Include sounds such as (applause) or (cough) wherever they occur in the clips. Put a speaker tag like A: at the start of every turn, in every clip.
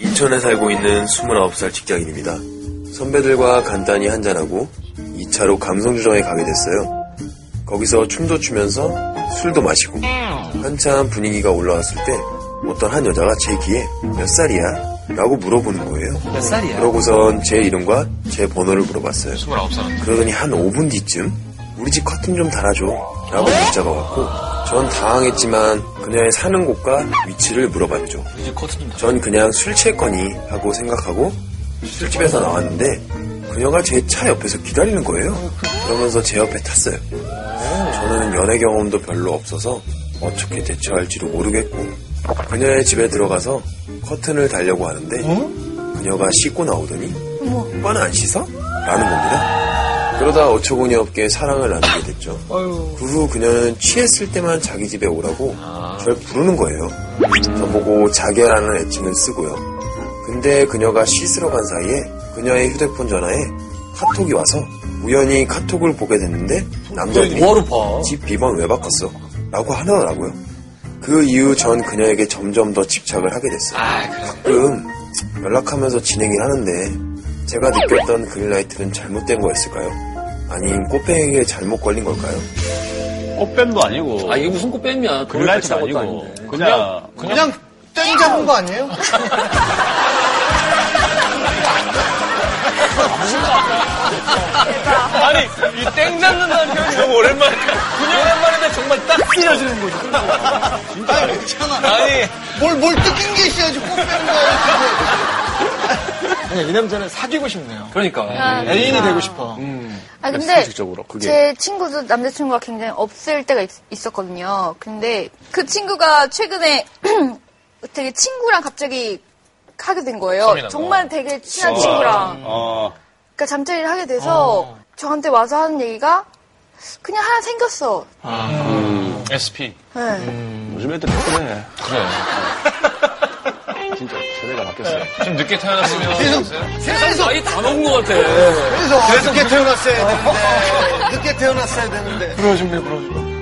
A: 춘천에 살고 있는 29살 직장인입니다. 선배들과 간단히 한잔하고 2차로 감성주점에 가게 됐어요. 거기서 춤도 추면서 술도 마시고 한참 분위기가 올라왔을 때 어떤 한 여자가 제 귀에 몇 살이야? 라고 물어보는 거예요.
B: 몇 살이야?
A: 그러고선 제 이름과 제 번호를 물어봤어요.
B: 29살.
A: 그러더니 한 5분 뒤쯤 우리 집 커튼 좀 달아줘 라고 문자가 왔고 전 당황했지만 그녀의 사는 곳과 위치를 물어봤죠.
B: 이제 커튼 좀 다.
A: 음, 전 그냥 술 취했거니 하고 생각하고 술집에서 나왔는데 그녀가 제 차 옆에서 기다리는 거예요. 그러면서 제 옆에 탔어요. 저는 연애 경험도 별로 없어서 어떻게 대처할지도 모르겠고 그녀의 집에 들어가서 커튼을 달려고 하는데 그녀가 씻고 나오더니 오빠는 안 씻어? 라는 겁니다. 그러다 어처구니 없게 사랑을 나누게 됐죠.
B: 아유.
A: 그 후 그녀는 취했을 때만 자기 집에 오라고
B: 아.
A: 절 부르는 거예요. 저보고 자개라는 애칭을 쓰고요. 근데 그녀가 씻으러 간 사이에 그녀의 휴대폰 전화에 카톡이 와서 우연히 카톡을 보게 됐는데 남자분이
B: 뭐하러 봐?
A: 집 비번 왜 바꿨어? 라고 하더라고요. 그 이후 전 그녀에게 점점 더 집착을 하게 됐어요.
B: 아, 그래.
A: 가끔 연락하면서 지내긴 하는데 제가 느꼈던 그린라이트는 잘못된 거였을까요? 아님 꽃뱅이에 잘못 걸린 걸까요?
C: 꽃뱀도 아니고
B: 아, 이게 무슨 꽃뱀이야.
C: 글라이트도
B: 그럴
C: 아니고
B: 것도 아닌데.
C: 그냥
D: 그냥 땡 잡은 거 아니에요?
B: 아니, 이 땡 잡는다는 표현이 너무 오랜만이야. 그냥 오랜만인데 정말 딱 찢어지는 거지.
D: 아니 괜찮아.
B: 아니,
D: 뭘, 뭘 뜯긴 게 있어야지 꼭 빼는 거야. 이 남자는 사귀고 싶네요.
B: 그러니까. 음.
E: 아,
D: 애인이 되고 싶어.
E: 아, 근데
C: 상식적으로 그게
E: 제 친구도 남자친구가 굉장히 없을 때가 있, 었거든요 근데 그 친구가 최근에 (clears throat) 되게 친구랑 갑자기 하게 된 거예요.
B: 썸이 난
E: 정말 되게 친한 친구랑.
C: 어
E: 그러니까 잠자리를 하게 돼서
B: 어.
E: 저한테 와서 하는 얘기가 그냥 하나 생겼어.
B: SP.
E: 네.
C: 요즘 애들 그래 그래 진짜 세대가 바뀌었어요
B: 좀 늦게 태어났으면.
D: 세상에서,
B: 나이 다 먹은 것 같아.
D: 그래서 늦게 태어났어야 되는데. 늦게 태어났어야 되는데.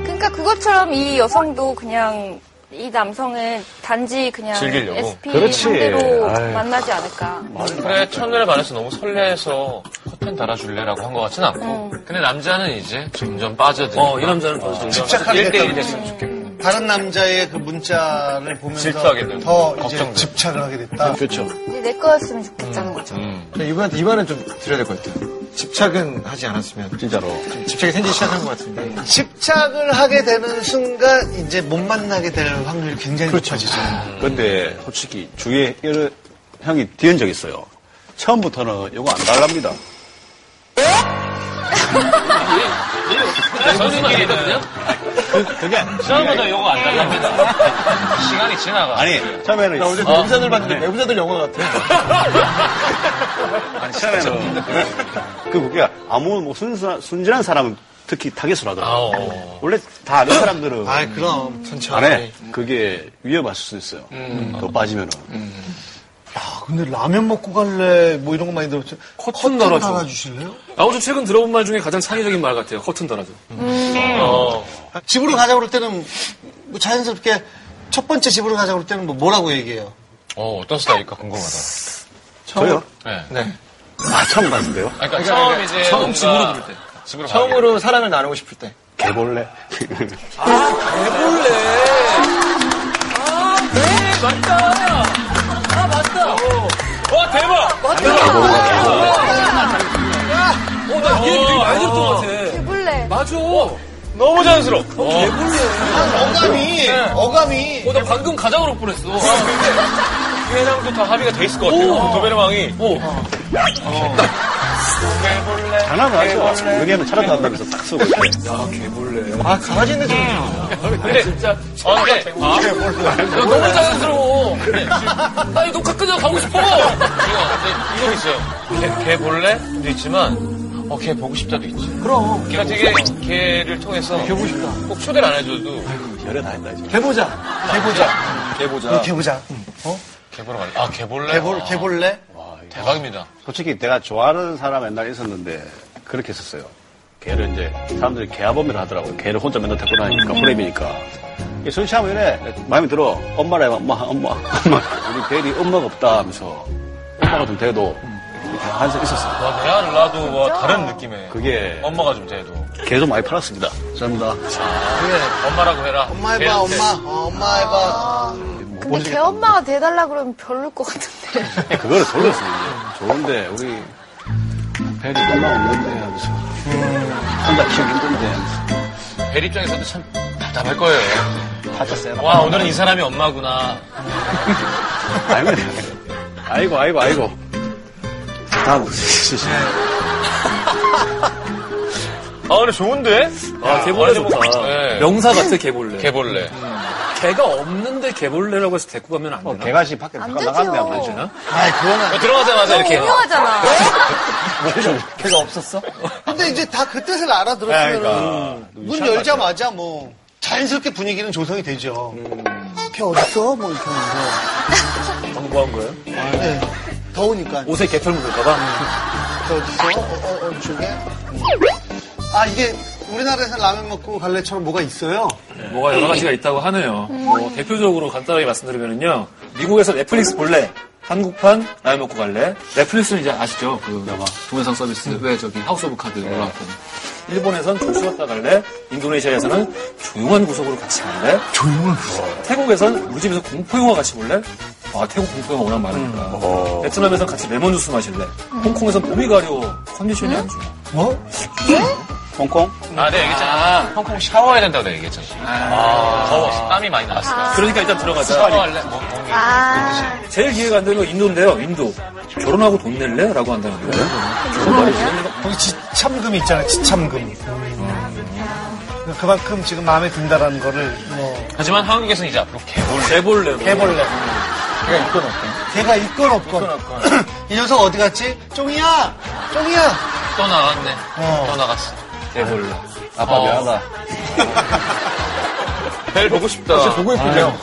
E: 그러니까 그것처럼 이 여성도 그냥 이 남성은 단지 그냥
B: 즐기려고.
E: SP
C: 그렇지.
E: 상대로
C: 아유.
E: 만나지 않을까.
B: 그래, 첫눈에 반해서 너무 설레서 커튼 달아줄래라고 한 것 같진 않고. 근데 남자는 이제 점점 빠져드니까. 어, 이 남자는 더 점점
D: 집착하게
B: 1대1
D: 됐다는
B: 됐으면 좋겠네.
D: 다른 남자의 그 문자를 보면서
B: 질투하게 되는
D: 더
B: 거죠.
D: 이제
B: 걱정돼.
D: 집착을 하게 됐다.
C: 그렇죠
E: 이제 내 거였으면
C: 음.
E: 좋겠다는 거죠. (laughs)
D: 이번에 이번엔 좀 드려야 될 것 같아요. 집착은 하지 않았으면
C: 진짜로
D: 집착이 생기기 시작한 것 같은데. 집착을 하게 되는 순간 이제 못 만나게 될 확률이 굉장히 그렇죠. 높아지죠.
C: 근데 솔직히 주위에 이런 형이 뒤은 적 있어요 처음부터는 이거 안 달랍니다
B: 선생님이 그냥
C: 그, 그게 아니-
B: 처음부터 요거 안 달랍니다. (laughs) 시간이 지나가.
C: 아니 처음에는 나 어제
D: 외부자들 봤는데 외부자들 영화 같아.
C: 아니 처음에는 그 그게 아무 뭐 순수, 순진한 사람은 특히 타겟으로
B: 아,
C: 하더라고
B: 어.
C: 원래 다 아는 사람들은
D: 아 네. 음. 그럼 전체
C: 안 해. 그게 위험할 수 있어요. 음, 더 빠지면은.
D: 아, 근데 라면 먹고 갈래 뭐 이런 거 많이 들었죠. 좀
F: 커튼 달아줘.
D: 달아주실래요?
F: 아무튼 최근 들어본 말 중에 가장 창의적인 말 같아요. 커튼 달아줘. 어.
D: 아, 집으로 가자 그럴 때는 뭐 자연스럽게 첫 번째 집으로 가자 그럴 때는 뭐 뭐라고 얘기해요?
B: 어, 어떤 스타일일까 궁금하다.
C: 저요?
B: 네.
C: 아, 처음 봤을 때요?
B: 그러니까, 처음 이제 처음
F: 집으로 부를 때.
B: 집으로
D: 처음으로 사랑을 나누고 싶을 때.
C: 개벌레.
B: 와 대박! 나 얘 되게 많이 들었던 것 같아.
C: 음.
E: 개불레.
F: 맞아. 어,
B: 너무 자연스러워. 어,
D: 어감이 어감이
F: 나 방금 가장 어렵 뻔했어.
B: 회장도 다 합의가 돼 있을 것 같아요. 어. 도베르망이
C: 장난을 하죠. 너네는 차라리 한다면서 딱 쓰고. 이렇게.
D: 아 강아지는 좀
B: 근데 진짜 아, 근데 아, 나 너무 자연스러워. 나 이거 녹화 끝나고 가고 싶어. 네, 이거 이거 있어요. 걔, 걔 볼래도 있지만 어걔 보고 싶다도 있지.
D: 그럼
B: 걔가 되게 걔를 통해서 걔 보고 싶다. 꼭 초대를 안 해줘도
C: 열애 다 했다, 이제.
D: 개보자 개보자
C: 개보자.
D: 개보자 어
B: 걔 보러 갈래. 아 걔 볼래. 아,
D: 개볼 개볼래
B: 대박입니다.
C: 솔직히 내가 좋아하는 사람 옛날에 있었는데,
D: 음.
C: 그렇게 했었어요. 걔를 이제, 사람들이 개아범이라 하더라고요. 걔를 혼자 맨날 데리고 다니니까, 프레임이니까. 이 술 취하면 마음에 들어. 엄마래, 엄마, 엄마, 엄마. 우리 대리 엄마가 없다 하면서 엄마가 좀 돼도
D: 음.
C: 이렇게 한적 있었어요.
B: 와, 대화를 놔도 와, 다른 느낌에.
C: 그게
B: 엄마가 좀 돼도.
C: 계속 많이 팔았습니다. 감사합니다.
B: 엄마라고 해라.
D: 엄마
B: 쟤,
D: 해봐,
B: 쟤.
D: 엄마. 어, 엄마 해봐.
E: 근데 걔 엄마가 돼달라 그러면 별로일 것 같은데.
C: (laughs) 네, 그거를 돌렸어요. 이제. 좋은데 우리 대리 엄마 없는데 하면서 혼자 키우기 힘든데 하면서
B: 벨 입장에서도 참 답답할 거예요.
C: 다쳤어요.
B: 와, 오늘은 이 사람이 엄마구나.
C: 아니면 아이고 아이고 아이고 다음
B: 아, 근데 좋은데?
F: 아, 개벌레 좋다.
B: 네.
F: 명사 같아, 개벌레.
B: 개벌레.
F: 개, 가 없는데 개벌레라고 해서 데리고 가면 안 되나?
C: 어, 개가시 밖에
E: 안
C: 나가- 나가면 안
E: 되죠.
C: 되잖아.
D: 아이, 그건 아니.
B: 들어가자마자
E: 너무
B: 이렇게.
E: 유명하잖아.
C: 네. 개가 없었어?
D: 근데 이제 다 그 뜻을 알아들었으면 그러니까. 문 열자마자 뭐 자연스럽게 분위기는 조성이 되죠. 걔 어딨어? 뭐 이렇게 하면서.
F: 어, 뭐 광고한 거예요?
D: 네. 더우니까.
F: 옷에 개털 묻을까봐?
D: 걔 어딨어? 어, 어, 어, 저게? 음. 아, 이게 우리나라에서 라면 먹고 갈래처럼 뭐가 있어요?
F: 뭐가 여러 가지가 있다고 하네요. 뭐 대표적으로 간단하게 말씀드리면요. 미국에서 넷플릭스 볼래. 한국판 라면 먹고 갈래. 넷플릭스는 이제 아시죠? 그 영화 동영상 서비스 왜 저기 하우스 오브 카드 올라왔던. 일본에선 좀 쉬었다 갈래. 인도네시아에서는 조용한 구석으로 같이 갈래. 조용한 구석. 태국에선 우리 집에서 공포 영화 같이 볼래. 아 태국 공포 영화 워낙 많으니까. 베트남에선 같이 레몬 주스 마실래. 홍콩에선 몸이 가려 컨디션이 안 좋아.
C: 홍콩?
B: 아, 내가 얘기했잖아. 홍콩 샤워해야 된다고 내가 얘기했잖아. 더워. 땀이 많이 났어.
F: 그러니까 일단 들어가자.
B: 샤워할래? 뭐, 뭐.
E: 아,
F: 제일 기회가 안 되는 건 인도인데요, 인도. 결혼하고 돈 낼래? 라고 한다는 거예요.
D: 거기 지참금이 있잖아, 지참금. 음. 그만큼 지금 마음에 든다라는 거를 뭐
B: 하지만 한국에서는 이제 앞으로 개벌레.
F: 재벌레로.
D: 해볼래. 걔가 있건 없건. 걔가 있건 없건. (clears throat) 이 녀석 어디 갔지? 쫑이야! 쫑이야!
B: 또 나왔네.
D: 어.
B: 또 나갔어.
F: 재벌레.
C: 아빠
B: 어.
C: 미안하다.
B: 벨 보고 싶다.
F: 보고 있군요.